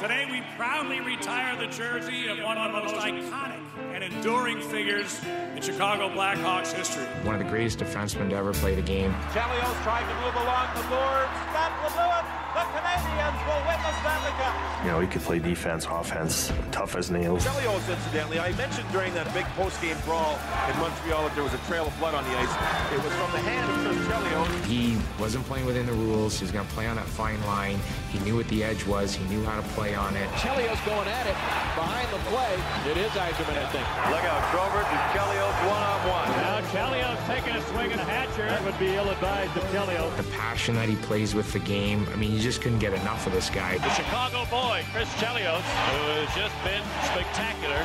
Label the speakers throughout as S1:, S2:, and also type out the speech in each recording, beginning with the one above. S1: Today, we proudly retire the jersey of one of the most iconic and enduring figures in Chicago Blackhawks history.
S2: One of the greatest defensemen to ever play the game.
S3: Chelios trying to move along the boards. That will do it. The Canadians will win the Stanley Cup.
S4: You know, he could play defense, offense, tough as nails.
S3: Chelios, incidentally, I mentioned during that big post-game brawl in Montreal that there was a trail of blood on the ice. It was from the hand of Chris Chelios.
S2: He wasn't playing within the rules. He was going to play on that fine line. He knew what the edge was. He knew how to play on it.
S5: Chelios going at it behind the play. It is Eiserman, I think.
S3: Look out, Trovert and Chelios one-on-one.
S6: Now Chelios taking a swing at Hatcher. That would be ill-advised of Chelios.
S2: The passion that he plays with the game, I mean, you just couldn't get enough of this guy.
S6: The Chicago boy, Chris Chelios, who has just been spectacular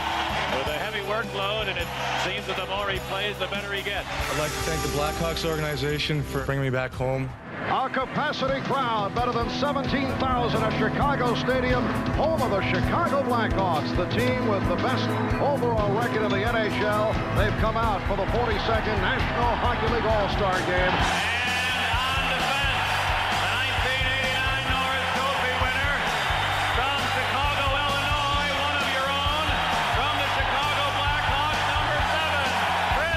S6: with a heavy workload, and it seems that the more he plays, the better he gets.
S7: I'd like to thank the Blackhawks organization for bringing me back home.
S8: Our capacity crowd, better than 17,000 at Chicago Stadium, home of the Chicago Blackhawks, the team with the best overall record in the NHL. They've come out for the 42nd National Hockey League All-Star Game.
S1: And on defense, the 1989 Norris Trophy winner from Chicago, Illinois, one of your own, from the Chicago Blackhawks, number seven, Chris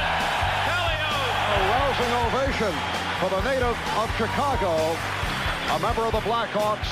S1: Chelios.
S8: A rousing ovation for the native of Chicago, a member of the Blackhawks,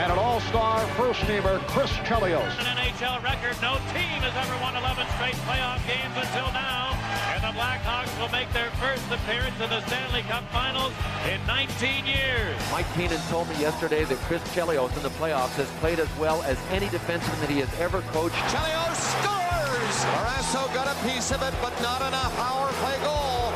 S8: and an all-star first-teamer, Chris Chelios.
S6: An NHL record, no team has ever won 11 straight playoff games until now. And the Blackhawks will make their first appearance in the Stanley Cup Finals in 19 years.
S5: Mike Keenan told me yesterday that Chris Chelios in the playoffs has played as well as any defenseman that he has ever coached.
S9: Chelios scores! Morasso got a piece of it, but not enough. Power play goal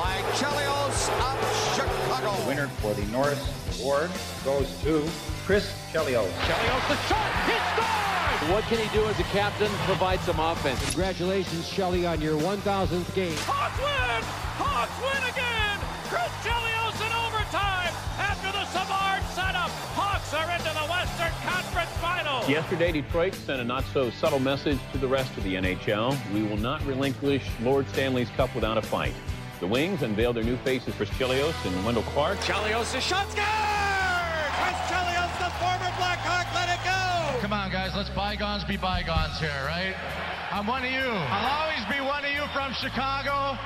S9: by Chelios of Chicago.
S10: The winner for the Norris Award goes to Chris Chelios.
S9: Chelios the shot, he scores!
S5: What can he do as a captain? Provide some offense.
S11: Congratulations, Shelly, on your 1,000th game.
S1: Hawks win! Hawks win again! Chris Chelios in overtime after the Savard setup. Hawks are into the Western Conference Final.
S12: Yesterday, Detroit sent a not so subtle message to the rest of the NHL. We will not relinquish Lord Stanley's Cup without a fight. The Wings unveiled their new faces for Chelios and Wendell Clark.
S9: Chelios the shot scared! Chris Chelios, the former Blackhawk, let it go!
S13: Come on, guys, let's bygones be bygones here, right? I'm one of you. I'll always be one of you from Chicago,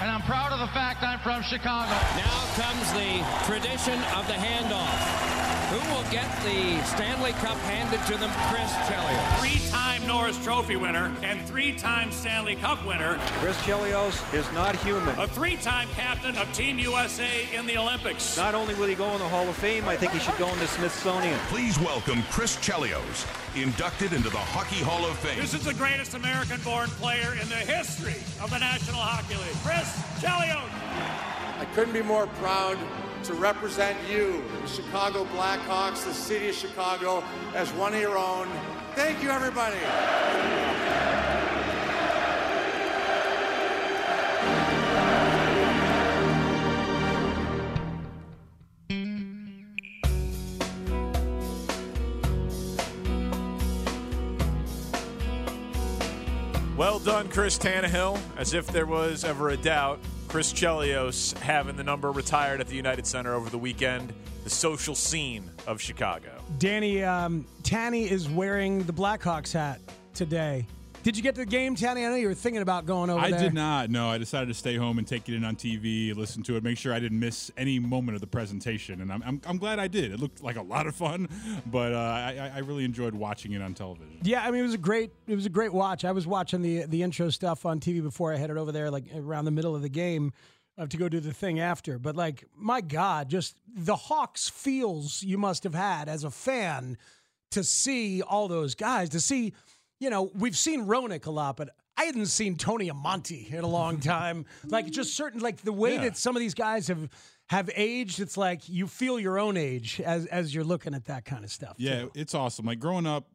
S13: and I'm proud of the fact I'm from Chicago.
S14: Now comes the tradition of the handoff. Who will get the Stanley Cup handed to them? Chris Chelios.
S1: Three-time Norris Trophy winner and three-time Stanley Cup winner,
S10: Chris Chelios is not human.
S1: a three-time captain of Team USA in the Olympics.
S10: Not only will he go in the Hall of Fame, I think he should go in the Smithsonian.
S15: Please welcome Chris Chelios, inducted into the Hockey Hall of Fame.
S1: This is the greatest American-born player in the history of the National Hockey League, Chris Chelios.
S16: I couldn't be more proud to represent you, the Chicago Blackhawks, the city of Chicago, as one of your own. Thank you, everybody.
S17: Well done, Chris Tannehill. As if there was ever a doubt, Chris Chelios having the number retired at the United Center over the weekend, the social scene of Chicago.
S18: Danny um, Tanny is wearing the Blackhawks hat today. Did you get to the game, Tanny? I know you were thinking about going over
S19: I
S18: there.
S19: did not. No, I decided to stay home and take it in on TV, listen to it, make sure I didn't miss any moment of the presentation. And I'm, I'm, I'm glad I did. It looked like a lot of fun, but uh, I, I really enjoyed watching it on television.
S18: Yeah, I mean it was a great it was a great watch. I was watching the the intro stuff on TV before I headed over there, like around the middle of the game, uh, to go do the thing after. But like, my God, just the Hawks feels you must have had as a fan to see all those guys, to see, you know, we've seen Ronick a lot, but I hadn't seen Tony Amonte in a long time. like just certain like the way
S8: Yeah.
S18: that some of these guys have have aged, it's like you feel your own age as as you're looking at that kind of stuff.
S8: Yeah, it's awesome. Like growing up,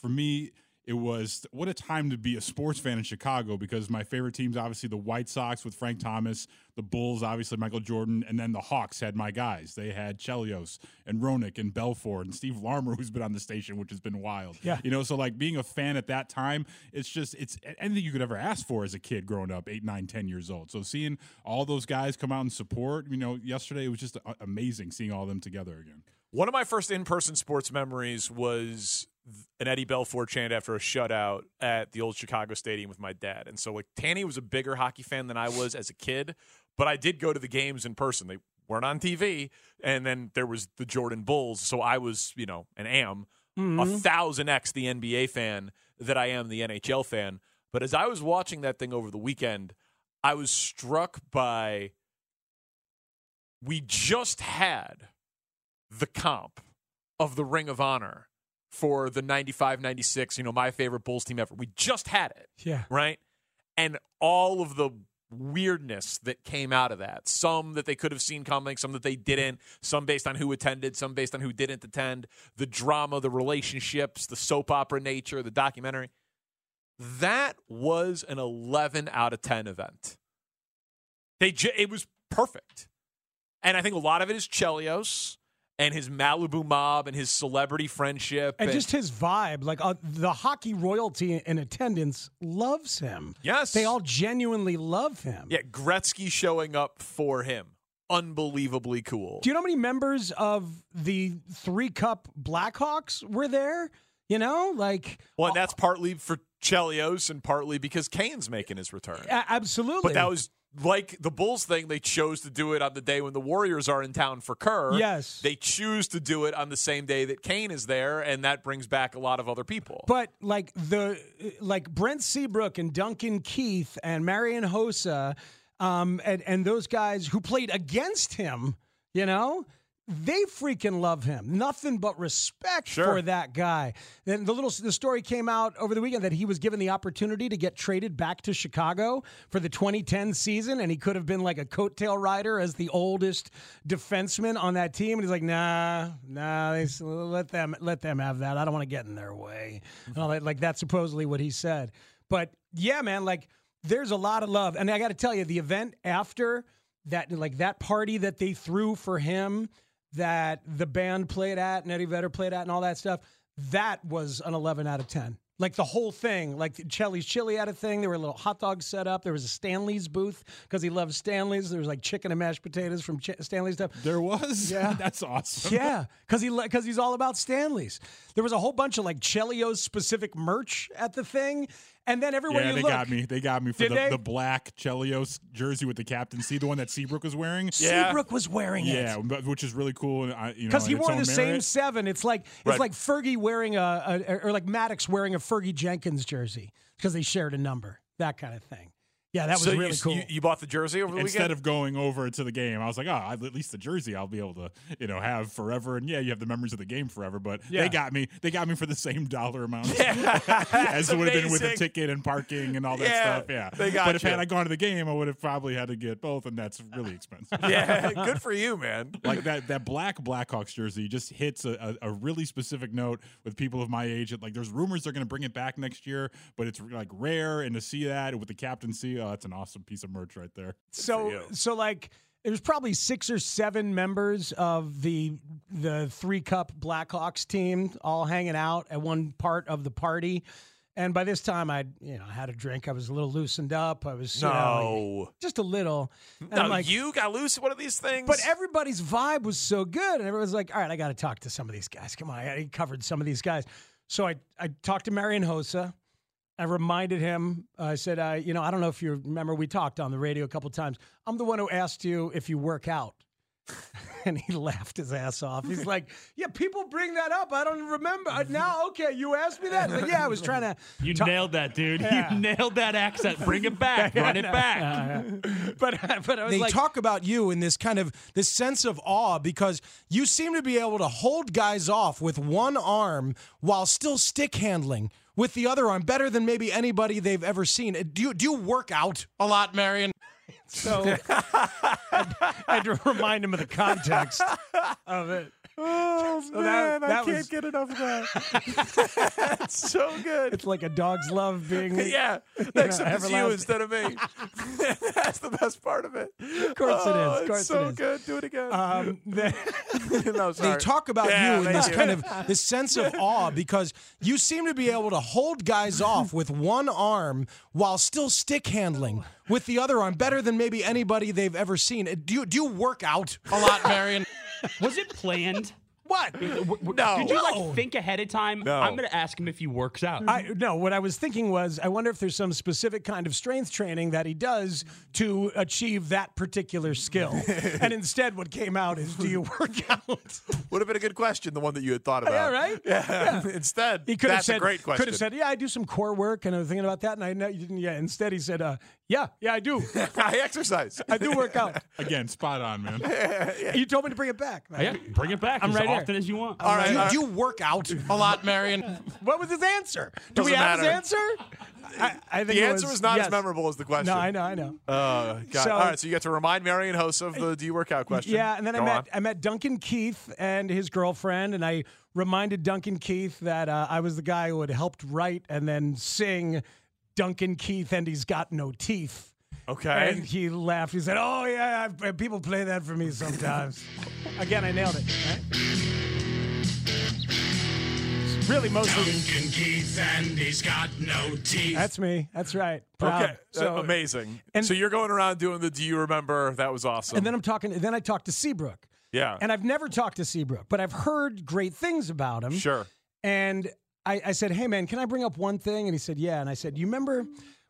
S8: for me, it was what a time to be a sports fan in Chicago because my favorite teams, obviously, the White Sox with Frank Thomas, the Bulls, obviously, Michael Jordan, and then the Hawks had my guys. They had Chelios and Ronick and Belfort and Steve Larmer, who's been on the station, which has been wild.
S12: Yeah.
S8: You know, so like being a fan at that time, it's just, it's anything you could ever ask for as a kid growing up, eight, nine, ten years old. So seeing all those guys come out and support, you know, yesterday it was just a- amazing seeing all of them together again.
S12: One of my first in-person sports memories was th- an Eddie Belfort chant after a shutout at the old Chicago Stadium with my dad. And so like Tanny was a bigger hockey fan than I was as a kid, but I did go to the games in person. They weren't on TV, and then there was the Jordan Bulls, so I was, you know, and am a
S18: Mhm.
S12: thousand X the NBA fan that I am the NHL fan. But as I was watching that thing over the weekend, I was struck by we just had the comp of the Ring of Honor for the 95 96, you know, my favorite Bulls team ever. We just had it,
S18: Yeah.
S12: right? And all of the weirdness that came out of that some that they could have seen coming, some that they didn't, some based on who attended, some based on who didn't attend, the drama, the relationships, the soap opera nature, the documentary. That was an 11 out of 10 event. They ju- it was perfect. And I think a lot of it is Chelios and his Malibu mob and his celebrity friendship.
S18: And just his vibe, like uh, the hockey royalty in attendance loves him.
S12: Yes.
S18: They all genuinely love him.
S12: yeah, Gretzky showing up for him. Unbelievably cool.
S18: Do you know how many members of the three cup Blackhawks were there? You know, like uh,
S12: Well, and that's partly for Chelios and partly because Kane's making his return.
S18: a- absolutely.
S12: But that was like the Bulls thing. They chose to do it on the day when the Warriors are in town for Kerr.
S18: Yes.
S12: They choose to do it on the same day that Kane is there, and that brings back a lot of other people.
S18: But like the like Brent Seabrook and Duncan Keith and Marion Hosa, um, and and those guys who played against him, you know. They freaking love him. Nothing but respect for that guy. Then the little the story came out over the weekend that he was given the opportunity to get traded back to Chicago for the 2010 season, and he could have been like a coattail rider as the oldest defenseman on that team. And he's like, nah, nah, they, s- let them let them have that. I don't want to get in their way. And all that. Like that's supposedly what he said. But yeah, man, like there's a lot of love, and I got to tell you, the event after that, like that party that they threw for him, that the band played at and Eddie Vedder played at, and all that stuff. That was an 11 out of 10. Like the whole thing, like Chelly's Chili had a thing. There were little hot dogs set up. There was a Stanley's booth because he loves Stanley's. There was like chicken and mashed potatoes from Ch- Stanley's stuff.
S8: There was.
S18: Yeah,
S8: that's awesome.
S18: Yeah, because he because he's all about Stanley's. There was a whole bunch of like Chelios specific merch at the thing, and then everywhere
S8: yeah,
S18: you
S8: they
S18: look,
S8: got me. They got me for
S18: Did
S8: the,
S18: they?
S8: the black Chelios jersey with the captain. See the one that Seabrook was wearing.
S18: Yeah. Seabrook was wearing it.
S8: Yeah, but- which is really cool. And I, you know,
S18: Because
S8: on
S18: he
S8: its
S18: wore
S8: own
S18: the same
S8: merit.
S18: seven. It's like it's
S8: Right.
S18: like Fergie wearing a, a or like Maddox wearing a Fergie Jenkins jersey because they shared a number. That kind of thing. Yeah, that was
S12: So you-
S18: really cool.
S12: You, you bought the jersey over the
S8: Instead
S12: weekend?
S8: of going over to the game, I was like, oh, at least the jersey I'll be able to, you know, have forever. And yeah, you have the memories of the game forever. But
S12: Yeah.
S8: they got me. They got me for the same dollar amount as it would have been with a
S12: amazing.
S8: ticket and parking and all that
S12: Yeah,
S8: stuff. Yeah,
S12: they got
S8: But if
S12: you.
S8: had I gone to the game, I would have probably had to get both, and that's really expensive.
S12: yeah, good for you, man.
S8: like that that black Blackhawks jersey just hits a, a, a really specific note with people of my age. It, like there's rumors they're going to bring it back next year, but it's like rare and to see that with the captaincy, oh, that's an awesome piece of merch right there.
S18: so so like there was probably six or seven members of the the three cup Blackhawks team all hanging out at one part of the party. And by this time, I you know I had a drink. I was a little loosened up. I was you know,
S12: No.
S18: just a little. And
S12: Now,
S18: I'm like,
S12: you got loose at one of these things.
S18: But everybody's vibe was so good, and everyone's like, "All right, I got to talk to some of these guys. Come on, I, I covered some of these guys." So I I talked to Marion Hosa. I reminded him. I said, uh, "You know, I don't know if you remember. We talked on the radio a couple times. I'm the one who asked you if you work out." and he laughed his ass off. He's like, "Yeah, people bring that up. I don't remember Uh, now. Okay, you asked me that. He's like, yeah, I was trying to.
S1: You nailed that, dude.
S18: Yeah.
S1: You nailed that accent. Bring it back. Run it back.
S18: but
S12: uh,
S18: but I was
S20: they
S18: like,
S20: talk about you in this kind of this sense of awe because you seem to be able to hold guys off with one arm while still stick handling.
S8: with the other arm better than maybe anybody they've ever seen. Uh, Do you, do you work out a lot, Marion?
S18: So I had to remind him of the context of it.
S1: Oh
S18: So that- that was-
S1: get enough of that. it's so good.
S18: It's like a dog's love being
S1: yeah,
S18: you
S1: next
S18: know,
S1: up is you
S18: everlasting.
S1: instead of me. That's the best part of it.
S18: Of course it
S1: Oh, it's
S18: is. Of course
S1: so
S18: it is.
S1: good. Do it again.
S18: Um, the-
S1: no,
S8: they
S1: sorry.
S8: talk about
S1: Yeah,
S8: you in
S1: thank
S8: this
S1: you.
S8: kind of this sense of awe because you seem to be able to hold guys off with one arm while still stick handling with the other arm better than maybe anybody they've ever seen. Uh, Do you, do you work out a lot, Marion?
S21: Was it planned?
S8: What?
S21: No. Did you like think ahead of time?
S18: No.
S21: I'm going to ask him if he works out.
S18: I no, what I was thinking was I wonder if there's some specific kind of strength training that he does to achieve that particular skill. and instead what came out is do you work out?
S1: Would have been a good question, the one that you had thought about.
S18: Yeah, right?
S1: Oh. Yeah.
S18: Yeah.
S1: Instead,
S18: He could
S1: that's
S18: have said
S1: a great question.
S18: Could have said, "Yeah, I do some core work and I was thinking about that and I know you didn't yeah, instead he said, uh, "Yeah, yeah, I do.
S1: I exercise.
S18: I do work out."
S22: Again, spot on, man.
S18: You told me to bring it back. man.
S21: Yeah, bring it back
S18: I'm
S21: as
S18: right
S21: often
S18: here.
S21: as you want.
S18: All right,
S8: Do you,
S18: all
S1: uh,
S18: right.
S8: do you work out a lot, Marion?
S18: What was his answer? Do we
S1: Doesn't
S18: have his
S1: matter.
S18: answer? I, I think
S1: the
S18: it
S1: answer
S18: was
S1: is not
S18: yes.
S1: as memorable as the question.
S18: No, I know, I know.
S1: Uh, God.
S18: So-
S1: All right, so you got to remind Marion Hose of the "Do you work out?" question.
S18: Yeah, and then I
S1: Go
S18: met
S1: on.
S18: I met Duncan Keith and his girlfriend, and I reminded Duncan Keith that uh, I was the guy who had helped write and then sing Duncan Keith and he's got no teeth.
S1: Okay.
S18: And he laughed. He said, "Oh yeah, i people play that for me sometimes." Again, I nailed it. right? It's really mostly
S23: Duncan Keith and he's got no teeth.
S18: that's me. That's right. Proud.
S1: Okay,
S18: So-
S1: Uh, amazing.
S18: and-
S1: so you're going around doing the "Do you remember?" That was awesome.
S18: And then I'm talking. Then I talked to Seabrook.
S1: yeah,
S18: And I've never talked to Seabrook, but I've heard great things about him.
S1: sure.
S18: And I, I said, Hey, man, can I bring up one thing? And he said, Yeah. And I said, You remember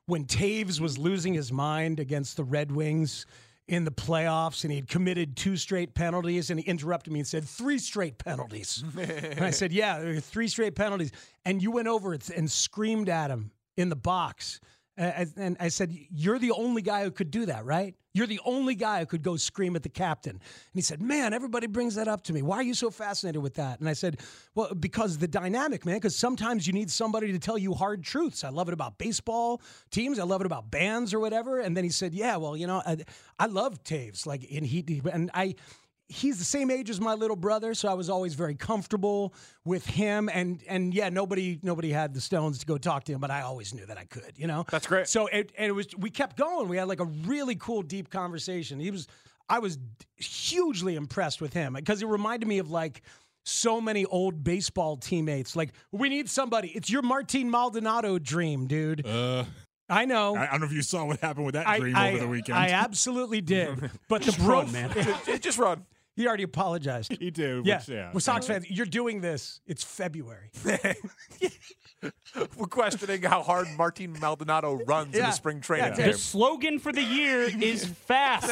S18: when Taves was losing his mind against the Red Wings in the playoffs and he'd committed two straight penalties? And he interrupted me and said, Three straight penalties. and I said, Yeah, there were three straight penalties. And you went over it and screamed at him in the box. Uh, And I said, You're the only guy who could do that, right? You're the only guy who could go scream at the captain. And he said, Man, everybody brings that up to me. Why are you so fascinated with that? And I said, Well, because the dynamic, man, because sometimes you need somebody to tell you hard truths. I love it about baseball teams. I love it about bands or whatever. And then he said, Yeah, well, you know, I, I love Taves. Like, and he, and I, he's the same age as my little brother, so I was always very comfortable with him. And and yeah, nobody nobody had the stones to go talk to him, but I always knew that I could. You know, that's great. So it, and it was we kept going. We had like a really cool deep conversation. He was I was hugely impressed with him because it reminded me of like. So many old baseball teammates. Like, we need somebody. It's your Martin Maldonado dream, dude.
S22: Uh,
S18: I know.
S22: I, I don't know if you saw what happened with that dream
S18: I,
S22: over the weekend.
S18: I absolutely did. But the
S22: Just
S18: bro,
S22: run, man.
S1: Just- just run.
S18: He already apologized.
S22: He did.
S18: Yeah.
S22: which, yeah.
S18: Well, Sox fans, you're doing this. It's February.
S1: We're questioning how hard Martin Maldonado runs in
S18: Yeah.
S1: the spring training
S18: Yeah,
S1: game.
S21: The slogan for the year is fast.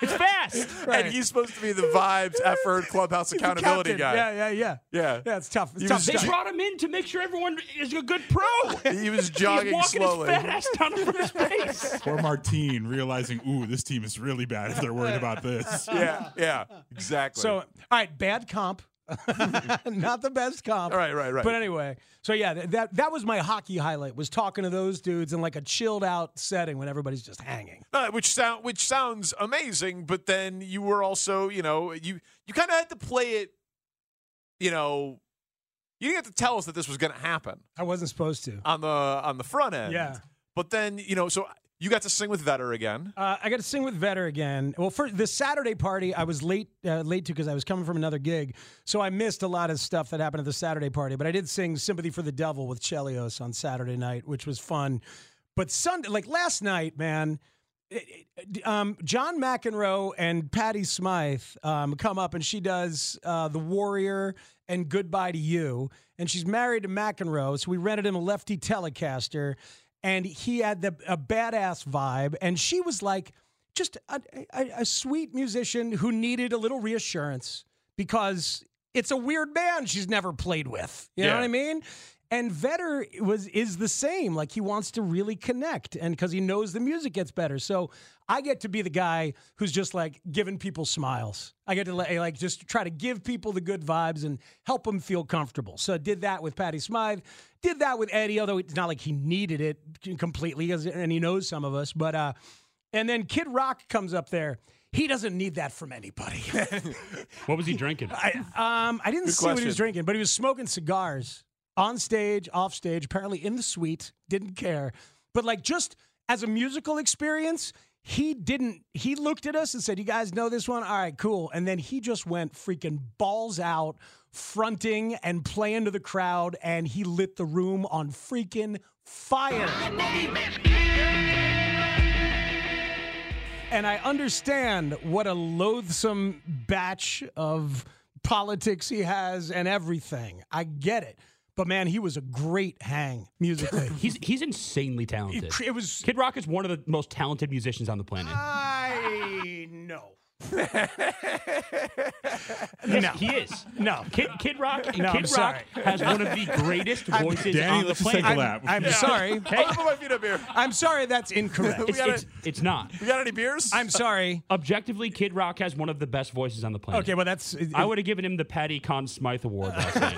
S21: it's fast.
S1: And he's supposed to be the vibes, effort, clubhouse accountability
S18: Captain.
S1: guy.
S18: Yeah, yeah, yeah.
S1: Yeah.
S18: Yeah, it's tough. It's
S1: He
S18: tough.
S1: was
S18: They
S1: just-
S18: brought-
S21: Brought him in to make sure everyone is a good pro.
S1: He was
S21: He's
S1: jogging
S21: walking
S1: slowly.
S21: his fat ass down to first base.
S22: Poor Martine realizing, ooh, this team is really bad if they're worried about this.
S1: yeah, yeah, exactly.
S18: so, all right, bad comp. Not the best comp.
S1: All right, right, right.
S18: But anyway, so yeah, th- that that was my hockey highlight was talking to those dudes in like a chilled out setting when everybody's just hanging.
S1: Uh, which sound which sounds amazing, but then you were also, you know, you you kind of had to play it, you know, you didn't have to tell us that this was going to happen
S18: I wasn't supposed to.
S1: on the on the front end.
S18: Yeah.
S1: But then, you know, so you got to sing with Vetter again.
S18: Uh, I got to sing with Vetter again. Well, for the Saturday party, I was late uh, late to because I was coming from another gig, so I missed a lot of stuff that happened at the Saturday party. But I did sing "Sympathy for the Devil" with Chelios on Saturday night, which was fun. But Sunday, like last night, man, it- it- um, John McEnroe and Patty Smythe um, come up, and she does uh, "The Warrior" and "Goodbye to You," and she's married to McEnroe, so we rented him a lefty Telecaster, and he had the a badass vibe, and she was like just a, a, a sweet musician who needed a little reassurance because it's a weird band she's never played with. You know
S1: Yeah.
S18: what I mean?
S1: And Vetter was is the same. Like he wants to really connect, and because he knows the music gets better. So I get to be the guy who's just like giving people smiles. I get to like, like just try to give people the good vibes and help them feel comfortable. So I did that with Patty Smythe. Did that with Eddie. Although it's not like he needed it completely, 'cause- and he knows some of us. But uh, and then Kid Rock comes up there. He doesn't need that from anybody.
S18: What was he drinking?
S1: I, um, I didn't
S18: Good
S1: see what he was
S18: question.
S1: drinking, but he was smoking cigars on stage, off stage, apparently in the suite. Didn't care, but like just as a musical experience, he didn't. He looked at us and said, "You guys know this one? All right, cool." And then he just went freaking balls out, fronting and playing to the crowd, and he lit the room on freaking fire. And I understand what a loathsome batch of politics he has and everything. I get it. But man, he was a great hang musically.
S18: He's he's insanely talented.
S1: It- it was
S18: Kid Rock is one of the most talented musicians on the planet.
S1: I know.
S18: Yes, he is.
S1: No,
S18: Kid Kid Rock.
S1: No, I'm
S18: Kid
S1: sorry.
S18: Rock has one of the greatest
S1: I'm-
S18: voices
S8: Danny,
S18: on the
S8: let's just
S18: planet.
S8: take a lap.
S1: I'm
S8: Yeah.
S1: sorry.
S18: Hey.
S1: put my feet up here. I'm sorry that's incorrect.
S18: It's, it's, it's not.
S3: You got any beers?
S1: I'm sorry.
S18: Objectively, Kid Rock has one of the best voices on the planet.
S1: Okay, well that's
S18: I would have given him the Patty Conn Smythe Award. last night.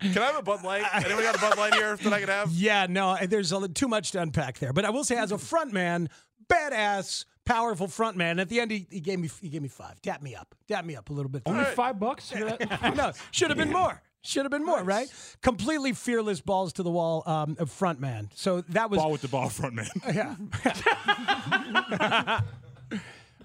S3: Can I have a Bud Light? Anyone got a Bud Light here that I could have?
S1: Yeah, no, there's a, li- too much to unpack there. But I will say, as a front man, badass, powerful front man. At the end, he, he gave me he gave me five. Tap me up. Tap me up a little bit.
S18: Only five bucks. for that?
S1: no, should have been more. Should have been more, right? Completely fearless, balls to the wall, um, front man. So that was
S8: Ball with the ball, front man.
S1: yeah.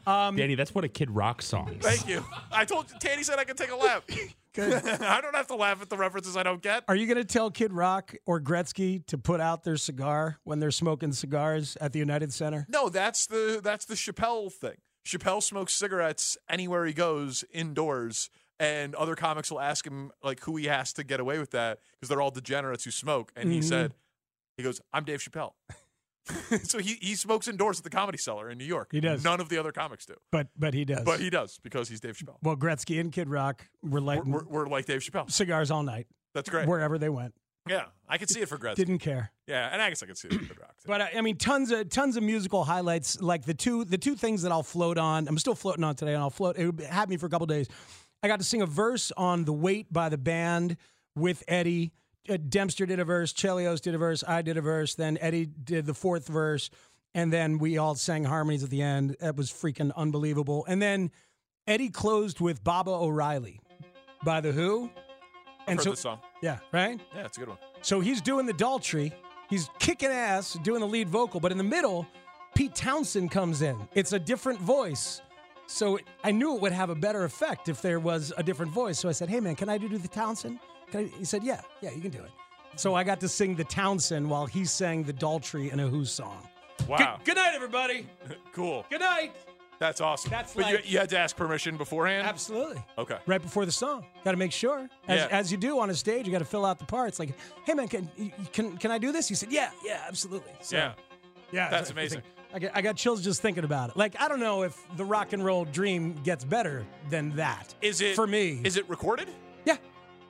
S18: Danny, that's what a Kid Rock song. is.
S3: Thank you. I told you, Tanny said I could take a lap. I don't have to laugh at the references I don't get.
S1: Are you going to tell Kid Rock or Gretzky to put out their cigar when they're smoking cigars at the United Center?
S3: No, that's the that's the Chappelle thing. Chappelle smokes cigarettes anywhere he goes indoors, and other comics will ask him like who he has to get away with that because they're all degenerates who smoke. And he
S1: Mhm.
S3: said, he goes, I'm Dave Chappelle. so he, he smokes indoors at the Comedy Cellar in New York.
S1: He does.
S3: None of the other comics do,
S1: But but he does.
S3: but he does because he's Dave Chappelle.
S1: well, Gretzky and Kid Rock were like
S3: We're, we're like Dave Chappelle.
S1: cigars all night.
S3: That's great.
S1: Wherever they went,
S3: Yeah, I could see it for Gretzky.
S1: didn't care.
S3: Yeah, and I guess I could see it for Rock.
S1: But uh, I, I mean, tons of tons of musical highlights. Like the two the two things that I'll float on. I'm still floating on today, and I'll float. It had me for a couple days. I got to sing a verse on "The Weight" by the band with Eddie. Uh, Dempster did a verse. Chelios did a verse. I did a verse. Then Eddie did the fourth verse, and then we all sang harmonies at the end. That was freaking unbelievable. And then Eddie closed with "Baba O'Reilly" by the Who.
S3: I've heard this song.
S1: yeah, right.
S3: Yeah, it's a good one.
S1: So he's doing the Daltrey. He's kicking ass, doing the lead vocal, but in the middle, Pete Townsend comes in. It's a different voice. So it, I knew it would have a better effect if there was a different voice. So I said, "Hey man, can I do the Townsend?" Can I? He said, "Yeah, yeah, you can do it." So I got to sing the Townsend while he sang the Daltrey in a Who song.
S3: Wow.
S1: Good night, everybody.
S3: Cool.
S1: Good night.
S3: That's awesome.
S1: That's
S3: but
S1: like-
S3: you, you had to ask permission beforehand.
S1: Absolutely.
S3: Okay.
S1: Right before the song, got to make sure. As,
S3: Yeah.
S1: as you do on a stage, you got to fill out the parts. Like, "Hey man, can can can I do this?" He said, "Yeah, yeah, absolutely." So-
S3: yeah.
S1: Yeah,
S3: That's
S1: it's like- it's
S3: amazing.
S1: like- I get- I got chills just thinking about it. Like, I don't know if the rock and roll dream gets better than that.
S3: Is it
S1: for me?
S3: Is it recorded?
S1: Yeah,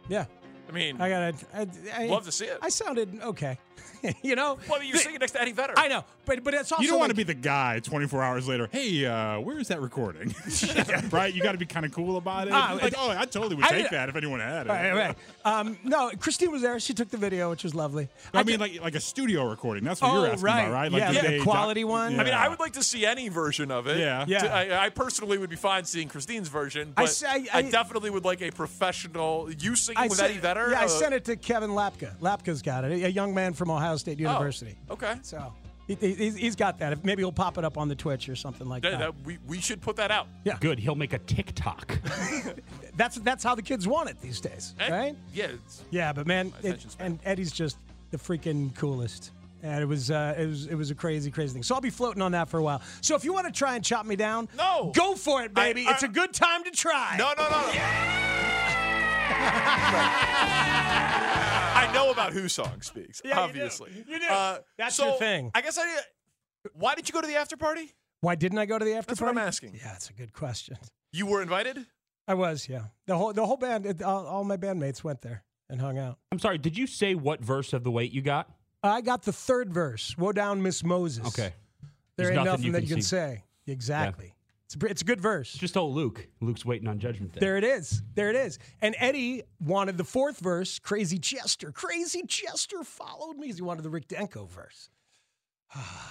S1: yeah.
S3: I mean,
S1: I gotta. I, I,
S3: Love to see it.
S1: I sounded okay. you know.
S3: well, I mean, you're singing next to Eddie Vedder.
S1: I know, but but it's also
S8: you don't want to
S1: like-
S8: be the guy 24 hours later. Hey, uh, where is that recording? right? You got to be kind of cool about it.
S1: Ah,
S8: like,
S1: it-
S8: oh, I totally would
S1: I
S8: take
S1: did-
S8: that if anyone had it.
S1: Right, right. Um, no, Christine was there. She took the video, which was lovely.
S8: I, mean, like like a studio recording. That's what
S1: Oh,
S8: you're asking
S1: right.
S8: about, right? Like,
S1: Yeah,
S8: did
S1: like a
S8: they doc-
S1: quality one?
S8: Yeah.
S3: I mean, I would like to see any version of it.
S8: Yeah.
S1: Yeah.
S3: To- I, I personally would be fine seeing Christine's version,
S1: I
S3: but
S1: s-
S3: I,
S1: I- I-
S3: definitely would like a professional. You singing with
S1: sent-
S3: Eddie Vedder?
S1: Yeah, I
S3: Uh,
S1: sent it to Kevin Lapka. Lapka's got it. A young man from Ohio State
S3: oh,
S1: University.
S3: okay.
S1: So he, he- he's, he's got that. Maybe he'll pop it up on the Twitch or something like
S3: That-
S1: that.
S3: that- we, we should put that out.
S1: Yeah.
S18: Good. He'll make a TikTok.
S1: That's that's how the kids want it these days,
S3: Eh,
S1: right?
S3: Yeah. It's,
S1: Yeah, but man, it,
S3: attention span.
S1: and Eddie's just the freaking coolest. And it was uh, it was it was a crazy, crazy thing. So I'll be floating on that for a while. So if you want to try and chop me down,
S3: No.
S1: go for it,
S3: I-
S1: baby.
S3: I-
S1: it's a good time to try.
S3: no, no, no. no. I know about who song speaks.
S1: Yeah, you do.
S3: obviously,
S1: You do.
S3: Uh,
S1: That's
S3: so
S1: your thing.
S3: I guess I. Why did you go to the after party?
S1: Why didn't I go to the after
S3: That's what
S1: party?
S3: I'm asking.
S1: Yeah, that's a good question.
S3: You were invited.
S1: I was, yeah. The whole the whole band, it, all, all my bandmates went there. and hung out.
S18: I'm sorry. Did you say what verse of the weight you got?
S1: I got the third verse. Woe down, Miss Moses.
S18: Okay.
S1: There
S18: There's
S1: ain't
S18: nothing
S1: nothing,
S18: you
S1: that
S18: can
S1: you can
S18: see.
S1: say. Exactly. It's, a, pre- it's a good verse.
S18: Just old Luke. Luke's waiting on judgment day.
S1: There it is. There it is. And Eddie wanted the fourth verse, Crazy Chester. Crazy Chester followed me because he wanted the Rick Denko verse.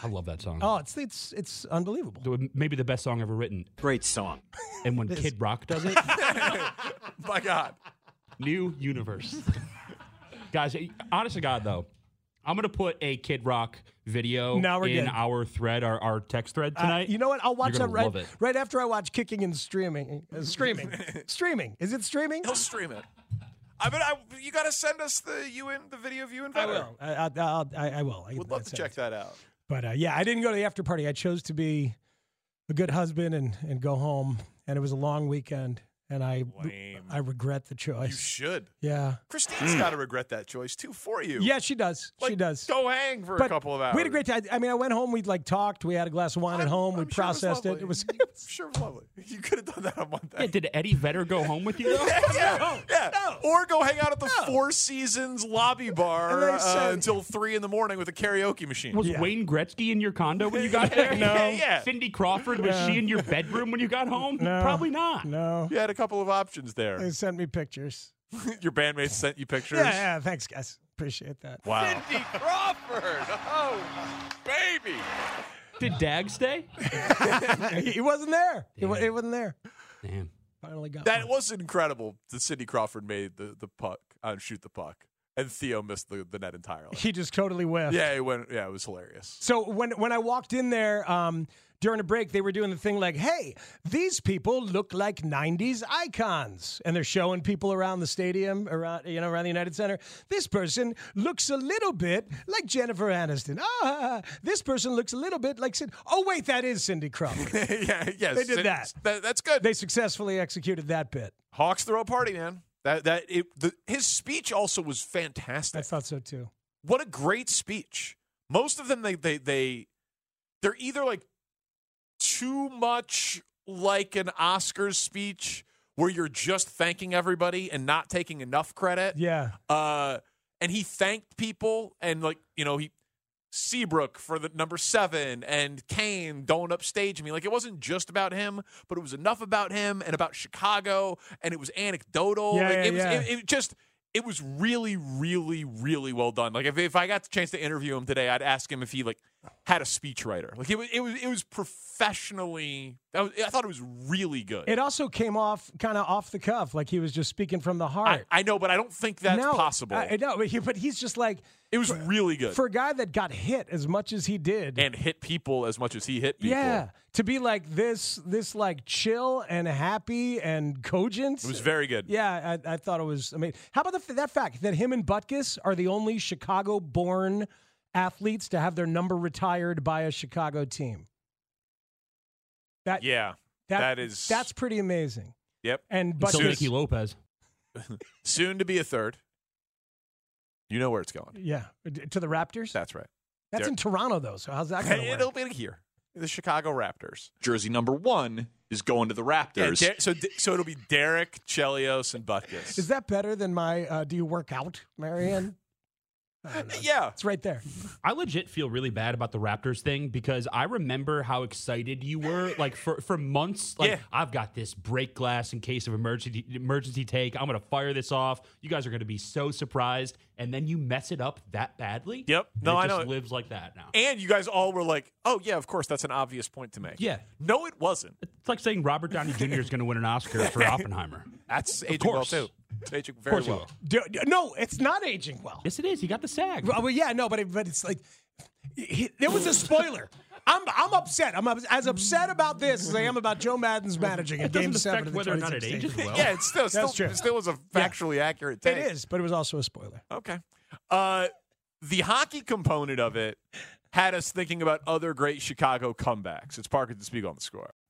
S18: I love that song.
S1: Oh, it's it's it's unbelievable.
S18: The- Maybe the best song ever written. Great song. And when Kid Rock does it,
S3: My God.
S18: new universe. Guys, honest to God, though, I'm going to put a Kid Rock video
S1: Now we're
S18: in
S1: good.
S18: our thread, our, our text thread tonight.
S1: Uh, you know what? I'll watch
S18: You're
S1: that
S18: gonna
S1: right
S18: love it.
S1: right after I watch Kicking and Streaming. Uh, streaming. streaming. Is it streaming?
S3: He'll stream it. I mean, I, you got to send us the you in the video of you and
S1: I
S3: Vetter.
S1: will. I, I, I'll- I, I will. I,
S3: Would love to check that out.
S1: But uh, yeah, I didn't go to the after party. I chose to be a good husband and, and go home. And it was a long weekend, and I I regret the
S3: You
S1: choice.
S3: should. Hmm.
S1: yeah.
S3: Christine's got to regret that choice too for you.
S1: Yeah, she does. she
S3: Like,
S1: does.
S3: Go hang for a
S1: But
S3: couple of hours.
S1: We had a great time. I mean, I went home. We like talked. We had a glass of wine at home. we processed it. It was.
S3: sure it was lovely. You could have done that on Monday.
S18: Yeah, did Eddie Vedder go home with you, though?
S3: yeah, yeah. Or go hang out at the Four Seasons lobby bar
S18: And they
S3: uh,
S18: said-
S3: until three in the morning with a karaoke machine.
S18: Was Wayne Gretzky in your condo when you got there?
S3: No. Yeah, yeah.
S18: Cindy Crawford, was
S3: Yeah.
S18: she in your bedroom when you got home? Probably not.
S1: No.
S3: You had a couple of options there.
S1: They sent me pictures.
S3: Your bandmates sent you pictures.
S1: Yeah, yeah. Thanks, guys. Appreciate that.
S3: Wow.
S9: Cindy Crawford. Oh, baby.
S18: Did Dag stay?
S1: he wasn't there. It, wa- it wasn't there.
S18: Damn.
S1: Finally got
S3: That
S1: one.
S3: was incredible that Cindy Crawford made the, the puck on shoot the puck, and Theo missed the, the net entirely.
S1: He just totally whiffed.
S3: Yeah, it went. Yeah, it was hilarious.
S1: So when when I walked in there um, during a break, they were doing the thing like, "Hey, these people look like '90s icons," and they're showing people around the stadium, around you know, around the United Center. This person looks a little bit like Jennifer Aniston. Ah, this person looks a little bit like Cindy. Oh wait, that is Cindy Crawford.
S3: yeah, yes,
S1: they did
S3: Cin-
S1: that.
S3: That's good.
S1: They successfully executed that bit.
S3: Hawks throw a party, man. That that it, the, his speech also was fantastic.
S1: I thought so too.
S3: what a great speech. Most of them they they they they're either like too much like an Oscars speech where you're just thanking everybody and not taking enough credit.
S1: Yeah.
S3: Uh and he thanked people and like, you know, he Seabrook for the number seven and Kane don't upstage me. Like it wasn't just about him, but it was enough about him and about Chicago and it was anecdotal.
S1: Yeah,
S3: Like,
S1: yeah,
S3: Oh, it was
S1: yeah.
S3: it, it just it was really, really, really well done. Like if, if I got the chance to interview him today, I'd ask him if he like had a speechwriter. Like it was it was it was professionally. That was, I thought it was really good.
S1: It also came off kind of off the cuff, like he was just speaking from the heart.
S3: I, I know, but I don't think that's
S1: no,
S3: possible.
S1: I, I know, but, he, but he's just like
S3: it was really good
S1: for a guy that got hit as much as he did.
S3: and hit people as much as he hit people.
S1: Yeah, to be like this, this like chill and happy and cogent.
S3: It was very good.
S1: Yeah, I, I thought it was. I mean, how about the, f- that fact that him and Butkus are the only Chicago-born athletes to have their number retired by a Chicago team? That
S3: yeah.
S1: that,
S3: that is
S1: that's pretty amazing.
S3: yep.
S1: And
S3: Until
S1: Butkus,
S3: Nicky
S18: Lopez.
S3: soon to be a third. You know where it's going.
S1: yeah, to the Raptors.
S3: That's right.
S1: That's
S3: They're-
S1: in Toronto though. So how's that going to work?
S3: It'll be here. The Chicago Raptors.
S2: Jersey number one is going to the
S3: Yeah,
S2: Raptors.
S3: Der- so, so it'll be Derek, Chelios, and Butkus.
S1: Is that better than my uh, "Do you work out, Marianne"?
S3: yeah.
S1: It's right there.
S18: I legit feel really bad about the Raptors thing because I remember how excited you were, like for, for months. Like
S3: Yeah.
S18: I've got this break glass in case of emergency emergency take. I'm gonna fire this off. You guys are gonna be so surprised, and then you mess it up that badly.
S3: Yep.
S18: and
S3: No,
S18: it
S3: I
S18: just
S3: know.
S18: Lives like that now.
S3: And you guys all were like, "Oh yeah, of course, that's an obvious point to make."
S18: Yeah.
S3: No, it wasn't.
S18: It's like saying Robert Downey Jr. is gonna win an Oscar for Oppenheimer.
S3: That's
S18: Of
S3: aging well
S18: course.
S3: too. It's aging very
S18: course he
S3: well.
S18: will.
S1: Do- do- no, it's not aging well. Uh,
S18: Yes, it is. He got the sag.
S1: Well, well, yeah, no, but it, but it's like it, it was a spoiler. I'm I'm upset. I'm ups- as upset about this as I am about Joe Madden's managing in
S18: It doesn't
S1: Game Seven
S18: affect
S1: of the
S18: whether or not it
S1: 2016.
S18: ages well.
S3: Yeah, it's still
S1: That's
S3: still,
S1: true.
S3: it still is a factually accurate.
S1: It
S3: Take.
S1: is, but it was also a spoiler.
S3: Okay. Uh, the hockey component of it had us thinking about other great Chicago comebacks. It's Parker to speak on the score.